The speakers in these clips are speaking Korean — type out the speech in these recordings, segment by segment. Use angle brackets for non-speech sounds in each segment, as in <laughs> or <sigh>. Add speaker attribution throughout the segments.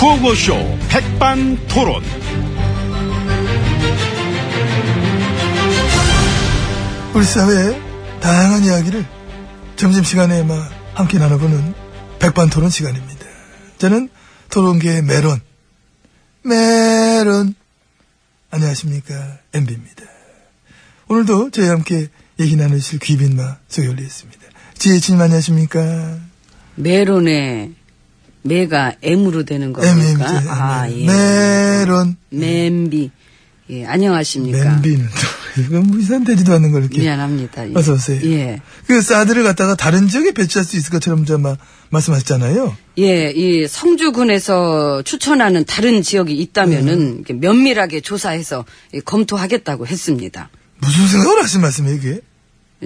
Speaker 1: 구호쇼 백반토론.
Speaker 2: 우리 사회의 다양한 이야기를 점심시간에 막 함께 나눠보는 백반토론 시간입니다. 저는 토론계의 메론, 메론. 안녕하십니까. MB입니다. 오늘도 저희와 함께 얘기 나누실 귀빈마 소개 올리겠습니다. 지혜진님 안녕하십니까.
Speaker 3: 메론의 메가 M으로 되는
Speaker 2: MMG.
Speaker 3: 겁니까? 아,
Speaker 2: 네.
Speaker 3: 예.
Speaker 2: 메론.
Speaker 3: 멤비. 예, 안녕하십니까?
Speaker 2: 맨비는 또, 이건 뭐 이산되지도 않는 걸 이렇게.
Speaker 3: 미안합니다. 예.
Speaker 2: 어서오세요.
Speaker 3: 예.
Speaker 2: 그 사드를 갖다가 다른 지역에 배치할 수 있을 것처럼 저 마, 말씀하셨잖아요.
Speaker 3: 예, 이 성주군에서 추천하는 다른 지역이
Speaker 2: 네.
Speaker 3: 있다면은 이렇게 면밀하게 조사해서 예, 검토하겠다고 했습니다.
Speaker 2: 무슨 생각을 하신 말씀이에요, 이게?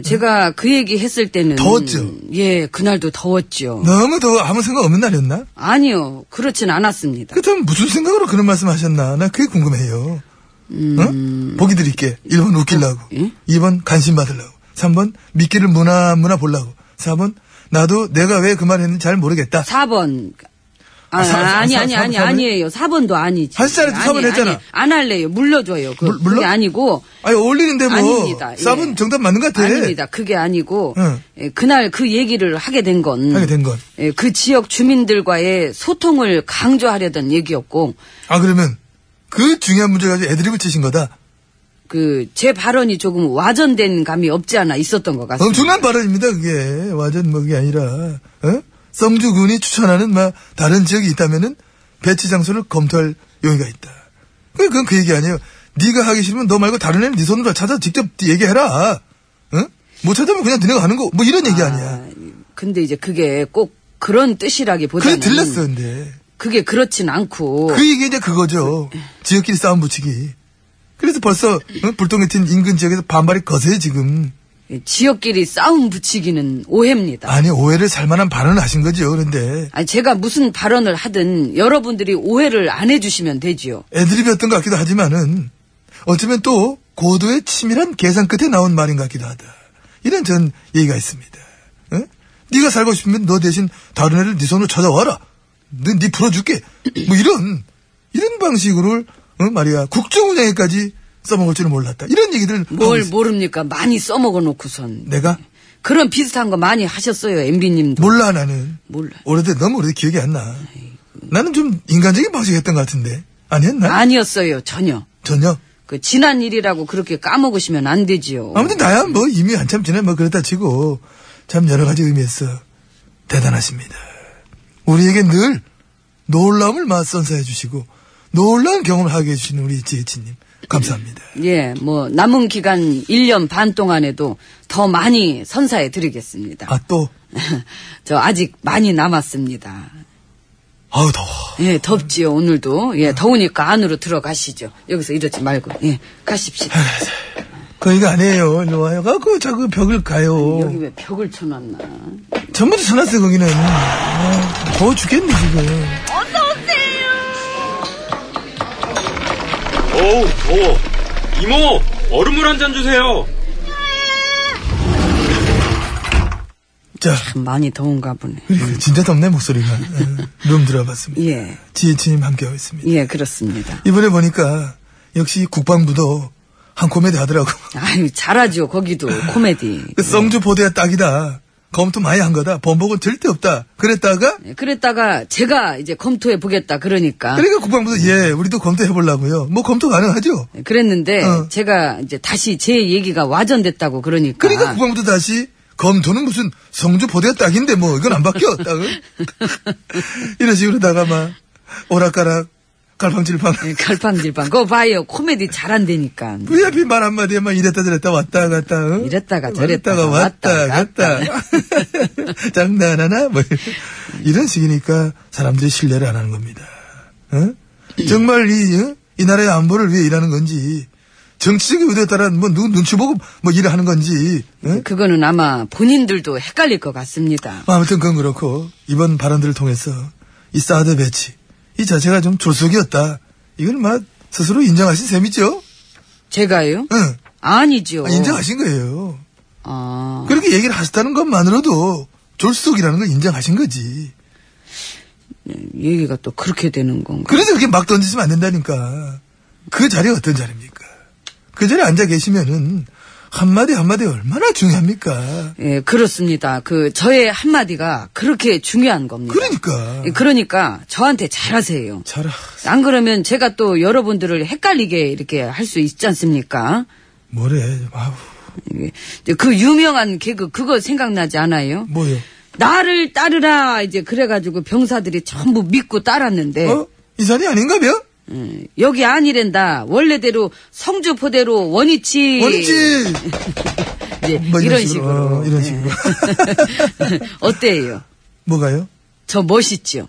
Speaker 3: 제가 그 얘기 했을 때는
Speaker 2: 더웠죠? 네.
Speaker 3: 예, 그날도 더웠죠.
Speaker 2: 너무 더 아무 생각 없는 날이었나?
Speaker 3: 아니요, 그렇진 않았습니다.
Speaker 2: 그렇다면 무슨 생각으로 그런 말씀 하셨나? 나 그게 궁금해요.
Speaker 3: 음.
Speaker 2: 어? 보기 드릴게. 1번 웃기려고.
Speaker 3: 예?
Speaker 2: 2번 관심 받으려고. 3번 미끼를 무나 무나 보려고. 4번 나도 내가 왜 그 말 했는지 잘 모르겠다.
Speaker 3: 4번. 아,
Speaker 2: 아, 사- 사-
Speaker 3: 니
Speaker 2: 사-
Speaker 3: 아니,
Speaker 2: 사-
Speaker 3: 아니,
Speaker 2: 사-
Speaker 3: 아니에요. 4번도 아니지.
Speaker 2: 할 사람도
Speaker 3: 아니,
Speaker 2: 4번
Speaker 3: 아니,
Speaker 2: 했잖아.
Speaker 3: 안 할래요. 물러줘요. 그,
Speaker 2: 물- 물러?
Speaker 3: 그게 아니고.
Speaker 2: 아니 어울리는데 뭐.
Speaker 3: 아닙니다. 예.
Speaker 2: 4번 정답 맞는 것 같아.
Speaker 3: 아닙니다. 그게 아니고
Speaker 2: 응.
Speaker 3: 예, 그날 그 얘기를 하게 된 건,
Speaker 2: 하게 된 건.
Speaker 3: 예, 그 지역 주민들과의 소통을 강조하려던 얘기였고
Speaker 2: 아 그러면 그 중요한 문제 가지고 애드립을 치신 거다.
Speaker 3: 그 제 발언이 조금 와전된 감이 없지 않아 있었던 것 같습니다.
Speaker 2: 엄청난 발언입니다, 그게. 완전 뭐 그게 아니라, 어? 성주군이 추천하는 막 다른 지역이 있다면은 배치 장소를 검토할 용의가 있다. 그- 그건 그 얘기 아니에요. 네가 하기 싫으면 너 말고 다른 애는 네 손으로 찾아 직접 얘기해라. 어? 못 찾으면 그냥 너네가 하는 거. 뭐 이런 얘기 아니야.
Speaker 3: 아, 근데 이제 그게 꼭 그런
Speaker 2: 그래
Speaker 3: 뜻이라기보다는
Speaker 2: 들렸어, 근데.
Speaker 3: 그게 그렇진 않고
Speaker 2: 그 얘기 이제 그거죠. 지역끼리 싸움 붙이기. 그래서 벌써 어? 불똥이 튄 인근 지역에서 반발이 거세요, 지금.
Speaker 3: 예, 지역끼리 싸움 붙이기는 오해입니다.
Speaker 2: 아니, 오해를 살만한 발언을 하신 거죠, 그런데.
Speaker 3: 아니, 제가 무슨 발언을 하든 여러분들이 오해를 안 해주시면 되지요.
Speaker 2: 애드립이었던 것 같기도 하지만은 어쩌면 또 고도의 치밀한 계산 끝에 나온 말인 것 같기도 하다. 이런 전 얘기가 있습니다. 응? 네가 살고 싶으면 너 대신 다른 애를 네 손으로 찾아와라. 네, 네 풀어줄게. 뭐 이런 이런 방식으로 어, 말이야 국정 운영에까지 써먹을 줄은 몰랐다. 이런 얘기들
Speaker 3: 뭘 모릅니까? 많이 써먹어 놓고선.
Speaker 2: 내가
Speaker 3: 그런 비슷한 거 많이 하셨어요, MB님도.
Speaker 2: 몰라 나는
Speaker 3: 몰라.
Speaker 2: 오래돼 너무 오래 기억이 안 나. 나는 좀 인간적인 방식 했던 것 같은데 아니었나?
Speaker 3: 아니었어요, 전혀.
Speaker 2: 전혀.
Speaker 3: 그 지난 일이라고 그렇게 까먹으시면 안 되지요.
Speaker 2: 아무튼 나야 뭐 이미 한참 전에 뭐 그랬다 치고 참 여러 가지 의미에서 대단하십니다. 우리에게 늘 놀라움을 막 선사해 주시고 놀라운 경험을 하게 해주시는 우리 지혜진님 감사합니다.
Speaker 3: 예, 뭐 남은 기간 1년 반 동안에도 더 많이 선사해 드리겠습니다.
Speaker 2: 아 또
Speaker 3: <laughs> 저 아직 많이 남았습니다.
Speaker 2: 아우 더워.
Speaker 3: 예, 덥지요, 오늘도. 예, 더우니까 안으로 들어가시죠. 여기서 이러지 말고. 예, 가십시다.
Speaker 2: 아, 거기가 아니에요. 일로 와요. 갖고 자꾸 벽을
Speaker 3: 여기
Speaker 2: 가요.
Speaker 3: 왜 벽을 쳐놨나.
Speaker 2: 전부터 쳐놨어요 거기는. 아, 더워 죽겠네 지금.
Speaker 1: 어우, 더워. 이모, 얼음물 한 잔 주세요.
Speaker 2: 자
Speaker 3: 참 많이 더운가 보네.
Speaker 2: 그리고 진짜 덥네 목소리가. 예, 룸 들어봤습니다.
Speaker 3: 예,
Speaker 2: 지혜진님 함께하고 있습니다.
Speaker 3: 예, 그렇습니다.
Speaker 2: 이번에 보니까 역시 국방부도 한 코미디 하더라고. <laughs>
Speaker 3: 아유, 잘하죠, 거기도. 코미디.
Speaker 2: 그 성주 보도야 딱이다. 검토 많이 한 거다. 번복은 절대 없다. 그랬다가
Speaker 3: 예, 그랬다가 제가 이제 검토해 보겠다 그러니까
Speaker 2: 그러니까 국방부도 예, 우리도 검토해 보려고요. 뭐 검토 가능하죠.
Speaker 3: 예, 그랬는데
Speaker 2: 어.
Speaker 3: 제가 이제 다시 제 얘기가 와전됐다고 그러니까
Speaker 2: 그러니까 국방부도 다시 검토는 무슨 성주 보도야 딱인데 뭐 이건 안 바뀌어 딱은 이런 식으로다가 막 오락가락 갈팡질팡.
Speaker 3: 예, 갈팡질팡 그거 봐요 코미디 잘한다니까
Speaker 2: 왜 하필 말 한마디에 막 이랬다 저랬다 왔다 갔다 어?
Speaker 3: 이랬다가 저랬다가
Speaker 2: 왔다가 왔다
Speaker 3: 왔다
Speaker 2: 갔다 <laughs> 장난하나 뭐 이런 식이니까 사람들이 신뢰를 안 하는 겁니다 어?
Speaker 3: 음.
Speaker 2: 정말 이, 어? 이 나라의 안보를 위해 일하는 건지 정치적인 의도에 따라 뭐 누구 눈치 보고 뭐 일을 하는 건지 어?
Speaker 3: 예, 그거는 아마 본인들도 헷갈릴 것 같습니다
Speaker 2: 뭐 아무튼 그건 그렇고 이번 발언들을 통해서 이 사드 배치 이 자체가 좀 졸속이었다 이걸 막 스스로 인정하신 셈이죠
Speaker 3: 제가요?
Speaker 2: 응.
Speaker 3: 아니죠.
Speaker 2: 아, 인정하신 거예요.
Speaker 3: 아,
Speaker 2: 그렇게 얘기를 하셨다는 것만으로도 졸속이라는 걸 인정하신 거지.
Speaker 3: 얘기가 또 그렇게 되는 건가?
Speaker 2: 그래서 그렇게 막 던지시면 안 된다니까. 그 자리가 어떤 자리입니까? 그 자리에 앉아 계시면은 한마디 한마디 얼마나 중요합니까?
Speaker 3: 예, 그렇습니다. 그 저의 한마디가 그렇게 중요한 겁니다.
Speaker 2: 그러니까.
Speaker 3: 예, 그러니까 저한테 잘하세요.
Speaker 2: 자라.
Speaker 3: 안 그러면 제가 또 여러분들을 헷갈리게 이렇게 할 수 있지 않습니까?
Speaker 2: 뭐래. 아우.
Speaker 3: 예, 이제 그 유명한 개그 그거 생각나지 않아요?
Speaker 2: 뭐요?
Speaker 3: 나를 따르라 이제 그래가지고 병사들이 전부 믿고 따랐는데
Speaker 2: 어? 이 자리 아닌가며?
Speaker 3: 음, 여기 아니란다 원래대로 성주포대로 원위치
Speaker 2: 원지.
Speaker 3: 이제
Speaker 2: 뭐 이런
Speaker 3: 예. 이런 식으로,
Speaker 2: 식으로. 어, 이런 식으로. <laughs>
Speaker 3: 예. <laughs> 어때요?
Speaker 2: 뭐가요?
Speaker 3: 저 멋있죠?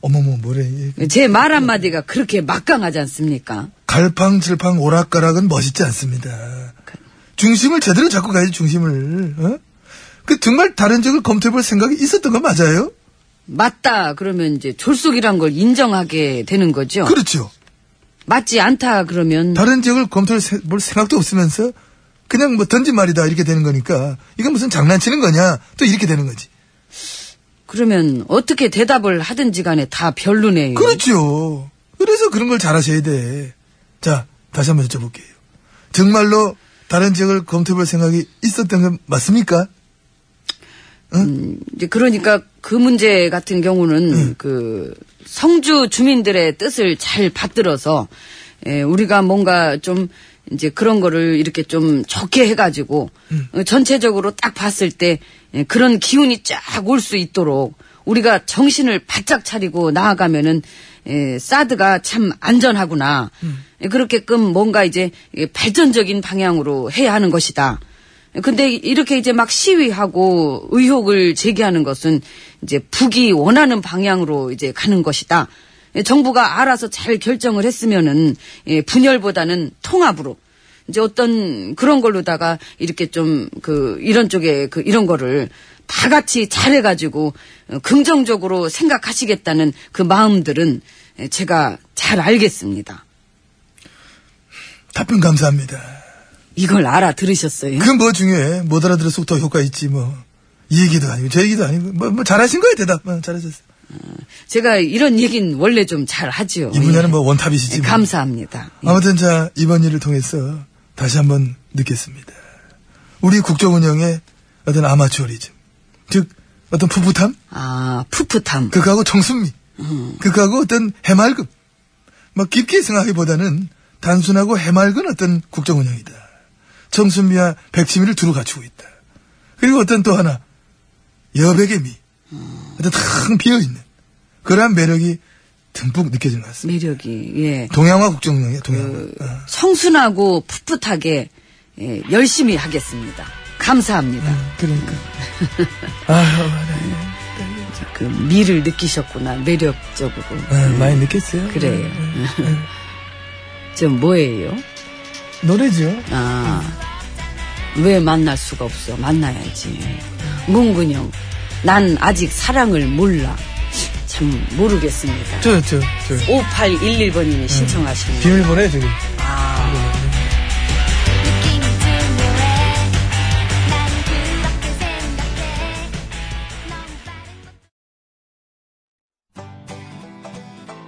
Speaker 2: 어머머 뭐래. 이
Speaker 3: 제 말 한마디가 그렇게 막강하지 않습니까?
Speaker 2: 갈팡질팡 오락가락은 멋있지 않습니다. 중심을 제대로 잡고 가야지 중심을. 어? 그 정말 다른 쪽을 검토해볼 생각이 있었던 거 맞아요?
Speaker 3: 맞다 그러면 이제 졸속이란 걸 인정하게 되는 거죠.
Speaker 2: 그렇죠.
Speaker 3: 맞지 않다 그러면
Speaker 2: 다른 지역을 검토할 세- 볼 생각도 없으면서 그냥 뭐 던진 말이다 이렇게 되는 거니까 이건 무슨 장난치는 거냐 또 이렇게 되는 거지.
Speaker 3: 그러면 어떻게 대답을 하든지 간에 다 별로네요.
Speaker 2: 그렇죠. 그래서 그런 걸 잘하셔야 돼. 자 다시 한번 여쭤볼게요. 정말로 다른 지역을 검토해볼 생각이 있었던 건 맞습니까?
Speaker 3: 이제 그러니까 그 문제 같은 경우는 그 성주 주민들의 뜻을 잘 받들어서 예, 우리가 뭔가 좀 이제 그런 거를 이렇게 좀 좋게 해가지고 어, 전체적으로 딱 봤을 때 예, 그런 기운이 쫙 올 수 있도록 우리가 정신을 바짝 차리고 나아가면은 예, 사드가 참 안전하구나 예, 그렇게끔 뭔가 이제 예, 발전적인 방향으로 해야 하는 것이다. 근데 이렇게 이제 막 시위하고 의혹을 제기하는 것은 이제 북이 원하는 방향으로 이제 가는 것이다. 예, 정부가 알아서 잘 결정을 했으면은 예, 분열보다는 통합으로 이제 어떤 그런 걸로다가 이렇게 좀 그 이런 쪽에 그 이런 거를 다 같이 잘해가지고 어, 긍정적으로 생각하시겠다는 그 마음들은 예, 제가 잘 알겠습니다.
Speaker 2: 답변 감사합니다.
Speaker 3: 이걸 알아 들으셨어요?
Speaker 2: 그 뭐 중요해. 못 알아들을수록 더 효과 있지 뭐. 이 얘기도 아니고 저 얘기도 아니고 뭐, 뭐 잘하신 거예요 대답. 어, 잘하셨어요.
Speaker 3: 제가 이런 얘기는 원래 좀 잘 하지요.
Speaker 2: 이 분야는 뭐 원탑이시지. 뭐.
Speaker 3: 예. 감사합니다. 예.
Speaker 2: 아무튼 자 이번 일을 통해서 다시 한번 느꼈습니다. 우리 국정 운영의 어떤 아마추어리즘, 즉 어떤 풋풋함,
Speaker 3: 아, 풋풋함.
Speaker 2: 그거하고 정순미, 그거하고 어떤 해맑음, 막 깊게 생각하기보다는 단순하고 해맑은 어떤 국정 운영이다. 정순미와 백치미를 두루 갖추고 있다. 그리고 어떤 또 하나 여백의 미, 어떤 탁 비어 있는 그러한 매력이 듬뿍 느껴지는 것 같습니다.
Speaker 3: 매력이, 예.
Speaker 2: 동양화 국정 운영이야 동양화. 어.
Speaker 3: 성순하고 풋풋하게, 예, 열심히 하겠습니다. 감사합니다.
Speaker 2: 그러니까. 아유,
Speaker 3: 그 미를 느끼셨구나, 매력적으로.
Speaker 2: 아, 많이 느꼈어요.
Speaker 3: 그래요.
Speaker 2: 네.
Speaker 3: <laughs> 저 뭐예요?
Speaker 2: 노래죠.
Speaker 3: 아, 왜 만날 수가 없어? 만나야지. 문근영, 난 아직 사랑을 몰라. 참, 모르겠습니다.
Speaker 2: 저, 저, 저. 예.
Speaker 3: 5811번님이 신청하신 거.
Speaker 2: 비밀번호 저기.
Speaker 4: 느낌이 중요해 난 그렇게 생각해
Speaker 2: <laughs>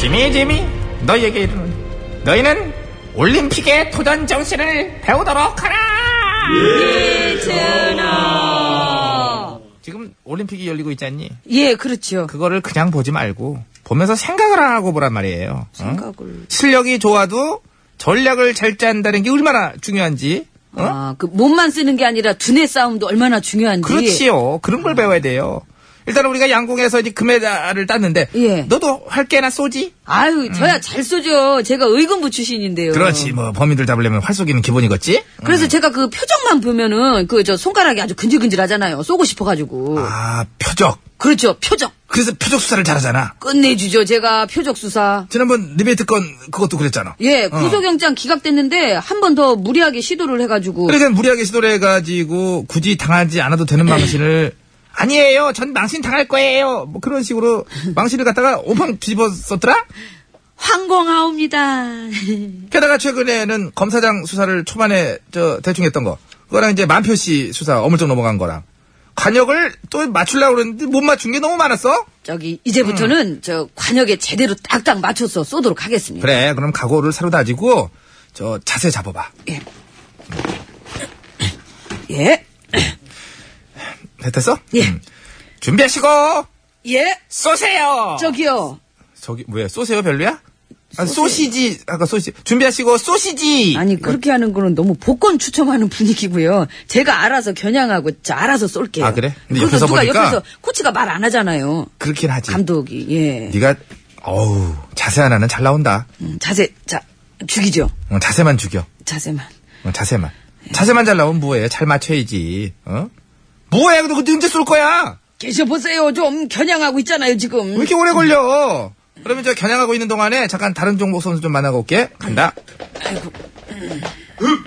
Speaker 5: 재미 재미 너희에게 이르노니 너희는 올림픽의 도전 정신을 배우도록 하라 지금 올림픽이 열리고 있지 않니?
Speaker 3: 예, 그렇죠.
Speaker 5: 그거를 그냥 보지 말고 보면서 생각을 하고 보란 말이에요 응?
Speaker 3: 생각을.
Speaker 5: 실력이 좋아도 전략을 잘 짠다는 게 얼마나 중요한지 어?
Speaker 3: 아, 그 몸만 쓰는 게 아니라 두뇌 싸움도 얼마나 중요한지.
Speaker 5: 그렇지요.
Speaker 3: 예.
Speaker 5: 그런
Speaker 3: 음.
Speaker 5: 걸 배워야 돼요. 일단 우리가 양궁에서 이제 금메달을 땄는데
Speaker 3: 예.
Speaker 5: 너도 할 게나 쏘지?
Speaker 3: 아유, 저야 잘 쏘죠. 제가 의금부 출신인데요.
Speaker 5: 음. 그렇지. 음. 뭐 범인들 잡으려면 활 쏘기는 기본이겠지?
Speaker 3: 그래서 제가 그 표정만 보면은 그 저 손가락이 아주 근질근질 하잖아요. 쏘고 싶어가지고.
Speaker 5: 아, 표적.
Speaker 3: 그렇죠. 표정.
Speaker 5: 그래서 표적 수사를 잘하잖아.
Speaker 3: 끝내주죠. 제가 표적 수사.
Speaker 5: 지난번 리베이트 건 그것도 그랬잖아.
Speaker 3: 예,
Speaker 5: 어.
Speaker 3: 구속영장 기각됐는데 한 번 더 무리하게 시도를 해가지고.
Speaker 5: 그러니까 무리하게 시도를 해가지고 굳이 당하지 않아도 되는
Speaker 3: 예.
Speaker 5: 망신을 아니에요. 전 망신 당할 거예요. 뭐
Speaker 3: <laughs>
Speaker 5: 그런 식으로 망신을 갖다가 오판 뒤집어 썼더라?
Speaker 3: 황공하옵니다. <laughs>
Speaker 5: 게다가 최근에는 검사장 수사를 초반에 저 대충 했던 거 그거랑 이제 만표 씨 수사 어물쩍 넘어간 거랑 관역을 또 맞추려고 그랬는데 못 맞춘 게 너무 많았어?
Speaker 3: 저기 이제부터는
Speaker 5: 음.
Speaker 3: 저 관역에 제대로 딱딱 맞춰서 쏘도록 하겠습니다.
Speaker 5: 그래 그럼 각오를 사로다지고 저 자세 잡아봐
Speaker 3: 예,
Speaker 5: 됐어? 음.
Speaker 3: 예.
Speaker 5: 준비하시고
Speaker 3: 예.
Speaker 5: 쏘세요
Speaker 3: 저기요.
Speaker 5: 저기 왜 쏘세요 별로야? 아, 소시지 아까 소시지 준비하시고 소시지
Speaker 3: 아니 그렇게 하는 거는 너무 복권 추첨하는 분위기고요. 제가 알아서 겨냥하고 저 알아서 쏠게요.
Speaker 5: 아, 그래? 근데
Speaker 3: 그래서
Speaker 5: 옆에서
Speaker 3: 누가
Speaker 5: 보니까-
Speaker 3: 옆에서 코치가 말 안 하잖아요.
Speaker 5: 그렇긴 하지
Speaker 3: 감독이 예
Speaker 5: 네가 어우 자세 하나는 잘 나온다
Speaker 3: 음, 자세 자 죽이죠
Speaker 5: 어, 자세만 죽여
Speaker 3: 자세만
Speaker 5: 어, 자세만. 자세만 잘 나오면 뭐해? 잘 맞춰야지. 어? 뭐해? 너 그때 언제 쏠 거야?
Speaker 3: 계셔보세요 좀 겨냥하고 있잖아요 지금
Speaker 5: 왜 이렇게 오래 걸려? 그러면 저 겨냥하고 있는 동안에 잠깐 다른 종목 선수 좀 만나고 올게. 간다. 음.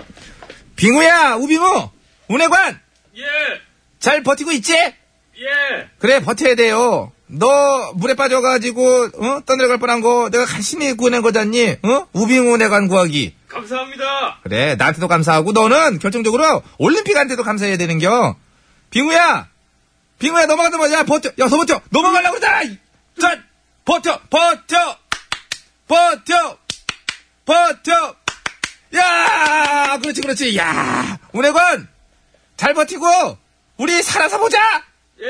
Speaker 5: 빙우야, 우빙우, 운해관,
Speaker 1: 예,
Speaker 5: 잘 버티고 있지?
Speaker 1: 예.
Speaker 5: 그래, 버텨야 돼요. 너 물에 빠져가지고 어? 떠내려갈 뻔한 거 내가 간신히 구해낸 거잖니? 어? 우빙우 운해관 구하기.
Speaker 1: 감사합니다.
Speaker 5: 그래, 나한테도 감사하고, 너는 결정적으로 올림픽한테도 감사해야 되는겨. 빙우야! 빙우야, 넘어가자, 야, 버텨! 야, 더 버텨! 넘어가려고 그러잖아! 이- 자, 버텨! 버텨! 버텨! 버텨! 야! 그렇지, 그렇지. 야! 운해관! 잘 버티고, 우리 살아서 보자!
Speaker 1: 예.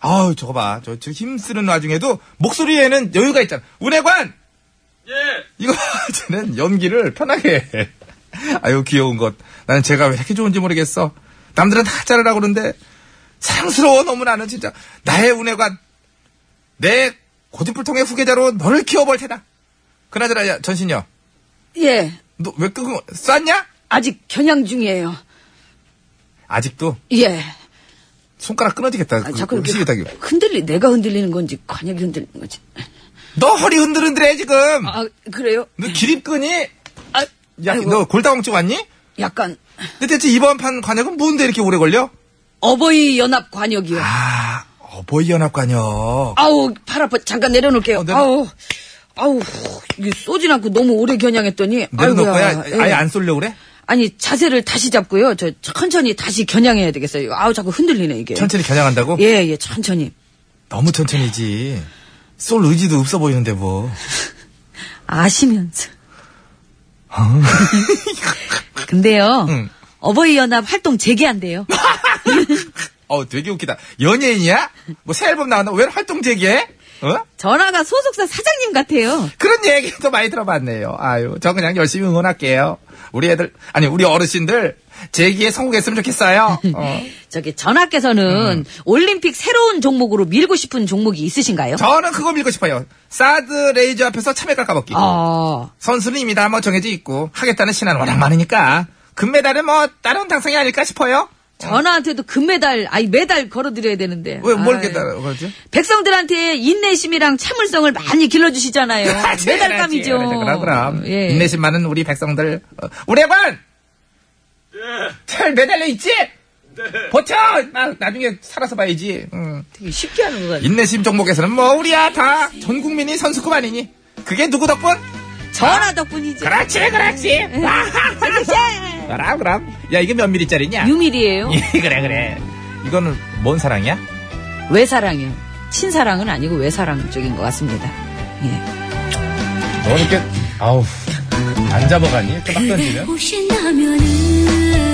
Speaker 5: 아우, 저거 봐. 저, 저 힘쓰는 와중에도 목소리에는 여유가 있잖아. 운해관!
Speaker 1: 예.
Speaker 5: 이거 <laughs> 쟤는 연기를 편하게 <laughs> 해. 아유 귀여운 것. 나는 제가 왜 이렇게 좋은지 모르겠어. 남들은 다 자르라고 그러는데 사랑스러워 너무 나는 진짜 나의 운해관 내 고집불통의 후계자로 너를 키워볼 테다. 그나저나 야 전신여
Speaker 3: 예
Speaker 5: 너 왜 끄고 쌌냐?
Speaker 3: 아직 겨냥 중이에요
Speaker 5: 아직도
Speaker 3: 예
Speaker 5: 손가락 끊어지겠다.
Speaker 3: 아,
Speaker 5: 그,
Speaker 3: 자꾸 이렇게
Speaker 5: 움직이겠다. 아.
Speaker 3: 흔들리 내가 흔들리는 건지 관역이 흔들리는 건지
Speaker 5: 너 허리 흔들흔들해 지금.
Speaker 3: 아 그래요
Speaker 5: 너 기립근이
Speaker 3: 아 아이고,
Speaker 5: 야너 골다공증 왔니?
Speaker 3: 약간
Speaker 5: 근데 대체 이번 판 관역은 뭔데 이렇게 오래 걸려?
Speaker 3: 어버이 연합 관역이요
Speaker 5: 아 어버이 연합 관역.
Speaker 3: 아우 팔 아파 잠깐 내려놓을게요
Speaker 5: 어, 내려-
Speaker 3: 아우 아우 이게 쏘진 않고 너무 오래 겨냥했더니
Speaker 5: 내려놓고
Speaker 3: 아이고야.
Speaker 5: 야, 아예
Speaker 3: 예.
Speaker 5: 안 쏠려고 그래?
Speaker 3: 아니 자세를 다시 잡고요. 저 천천히 다시 겨냥해야 되겠어요. 이거 아우 자꾸 흔들리네 이게.
Speaker 5: 천천히 겨냥한다고?
Speaker 3: 예예 천천히.
Speaker 5: 너무 천천히지. 쏠 의지도 없어 보이는데 뭐.
Speaker 3: 아시면서. <laughs> 근데요.
Speaker 5: 어. 응.
Speaker 3: 어버이 연합 활동 재개한대요.
Speaker 5: 어 되게 웃기다. 연예인이야? 뭐 새 앨범 나왔나? 왜 활동 재개해? 어?
Speaker 3: 전화가 소속사 사장님 같아요.
Speaker 5: 그런 얘기도 많이 들어봤네요. 아유, 저 그냥 열심히 응원할게요. 우리 애들, 아니, 우리 어르신들, 재기에 성공했으면 좋겠어요. 어.
Speaker 3: <laughs> 저기 전하께서는 올림픽 새로운 종목으로 밀고 싶은 종목이 있으신가요?
Speaker 5: 저는 그거 밀고 싶어요. 사드 레이저 앞에서 참외가 까먹기.
Speaker 3: 아
Speaker 5: 선수는 이미 다 뭐 정해져 있고, 하겠다는 신화는 워낙 많으니까, 금메달은 뭐, 다른 당상이 아닐까 싶어요.
Speaker 3: 전화한테도 금메달 아니 메달 걸어드려야 되는데.
Speaker 5: 왜, 뭘
Speaker 3: 아이.
Speaker 5: 이렇게 따라, 그러지?
Speaker 3: 백성들한테 인내심이랑 참을성을 많이
Speaker 5: <laughs>
Speaker 3: 길러주시잖아요. 메달감이죠.
Speaker 5: 그럼 그럼.
Speaker 3: 예.
Speaker 5: 인내심 많은 우리 백성들. 어, 우레관! 잘 매달려 있지? 버텨! 나, 나중에 살아서 봐야지. 응.
Speaker 3: 되게 쉽게 하는 것 같아요.
Speaker 5: 인내심 종목에서는 뭐 우리야 다 전 국민이 선수급 아니니? 그게 누구 덕분?
Speaker 3: 전화 덕분이죠.
Speaker 5: 그렇지 그렇지. 아, 그럼 그럼. 야 이게 몇 미리짜리냐?
Speaker 3: 예.
Speaker 5: <laughs>
Speaker 3: 유밀이에요.
Speaker 5: 예, 그래 그래. 이거는 뭔 사랑이야?
Speaker 3: 외사랑이요. 친사랑은 아니고 외사랑 쪽인 것 같습니다. 예.
Speaker 5: 너 이렇게 아우 안 잡아가니? 이렇게 막 던지면?
Speaker 4: 오신다면은